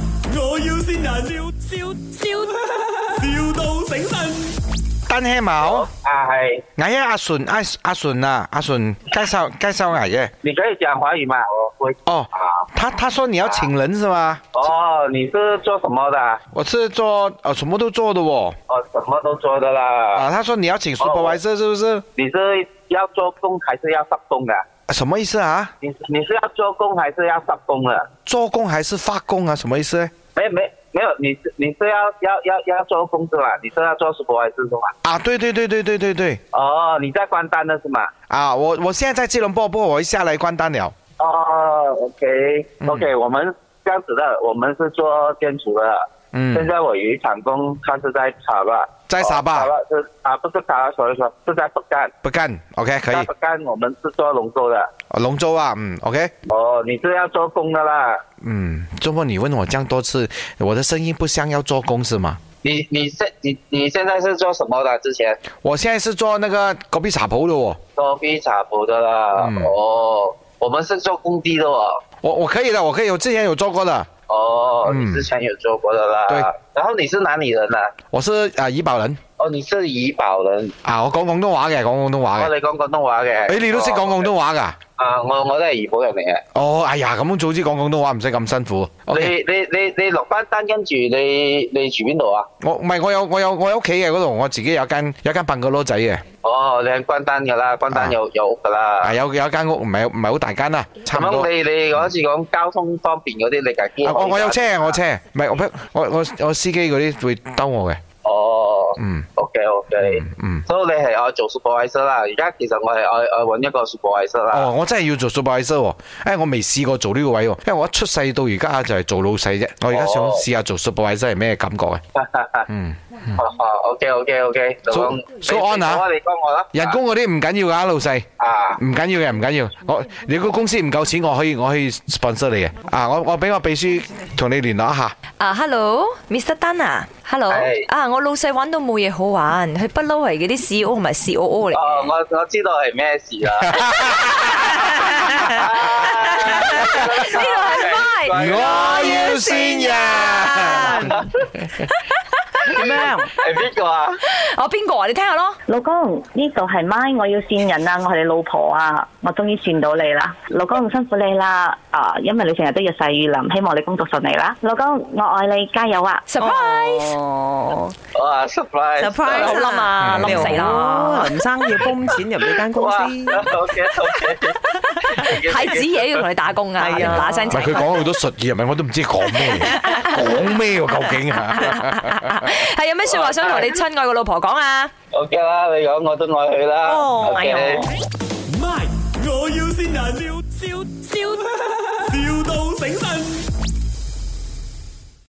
要先人，笑笑笑，,笑到醒神。單車冇，啊，系，俺哎阿順阿阿順啊，阿順介紹介紹俺耶。你可以讲华语吗？我会。哦啊，他他說你要請人是吗？哦，你是做什么的？我是做呃什麼都做的哦。哦，什么都做的啦。啊，他說你要哦請 supervisor 是不是？你是要做工还是要上工的？啊什麼意思啊？你你是要做工还是要上工的？做工還是發工啊？什麼意思？没没没有，你是你是要要要要做工是吧？你是要做 s u p e r v 是吗？啊，對對對對對對對。哦，你在关单的是吗？啊，我我現在在吉隆坡，不過我一下來關單了。哦，OK 嗯 OK，、我们这样子的，我们是做建筑的。嗯现在我有一场工，他是在查吧，在沙巴哦查吧是啊，不是查巴，所以说是在北干。不干，OK 可在以北。干我们是做龙舟的。龍舟啊，嗯，OK，哦，你是要做工的啦。嗯，周末你問我這樣多次，我的聲音不像要做工是嗎？你你现你你现在是做什么的？之前我现在是做那个隔壁茶铺的哦，做 B 茶铺的啦。嗯哦，我们是做工地的哦。我我可以的，我可以，我之前有做过的，哦，嗯你之前有做过的啦。对。然后你是哪里人呢、我是啊怡保人哦，你是怡保人。哦啊，我讲广东話嘅，講廣東話我嘅，哋講廣東話嘅。誒哎你都識講廣東話㗎？啊，我我都係怡保人嚟嘅。哦，哎呀，咁早知講廣東話唔使咁辛苦。OK，你你你你落班單，跟住你你住邊度啊？我唔係我有我有我喺屋企嘅嗰度，我自己有間有間笨個佬仔嘅，哦，你係關單㗎啦，關啊單有有屋㗎啦啊。有有一間屋唔係唔係好大間啦，差唔多咁。你你嗰次講交通方便嗰啲，你架機啊我我有車可以我車，唔係我我我我司機嗰啲會兜我嘅，哦嗯，OK OK，嗯嗯。所以你係我做 supervisor 啦。而家其實我係我我揾一個 supervisor 哦，啦。我真係要做 supervisor 喎，哎我未試過做呢個位喎，因為我一出世到而家就係做老細啫，我而家想哦試下做 supervisor 係咩感 覺嘅，嗯， OK OK OK，就所咁所以安啊你講我啦。人工嗰啲唔緊要㗎，老細，啊，唔緊要嘅，唔緊要，我你個公司唔夠錢，我可以我可以 sponsor 你嘅，啊，我我俾我秘書同你聯絡一下，啊，hello，Mr. Tan 啊，hello，係啊，我老細揾到冇嘢好玩，佢不嬲係嗰啲 CEO 同埋 COO 嚟嘅。哦，我我知道係咩 事啦。呢度係 m 我要先人，咁樣，係邊個啊？我邊個啊？你聽下咯。老公呢度係 my，我要線人啦，我係你老婆啊，我終於線到你啦，老公辛苦你啦，啊，因為你成日都日曬雨淋，希望你工作順利啦，老公我愛你，加油啊！ surprise，哦哇，surprise！ surprise 冧啊，冧死啦！林生要泵錢入呢間哇，OK OK，太 子爺 要同你打工啊，你係啊嗱聲唔係佢仔。講好多術語，咪我都唔知講 咩，講咩喎究竟啊？係有咩説話想同你親愛嘅老婆講啊？ ，OK 啦，你講我都愛佢啦。哦 OK 哎呦 My，我要先人，笑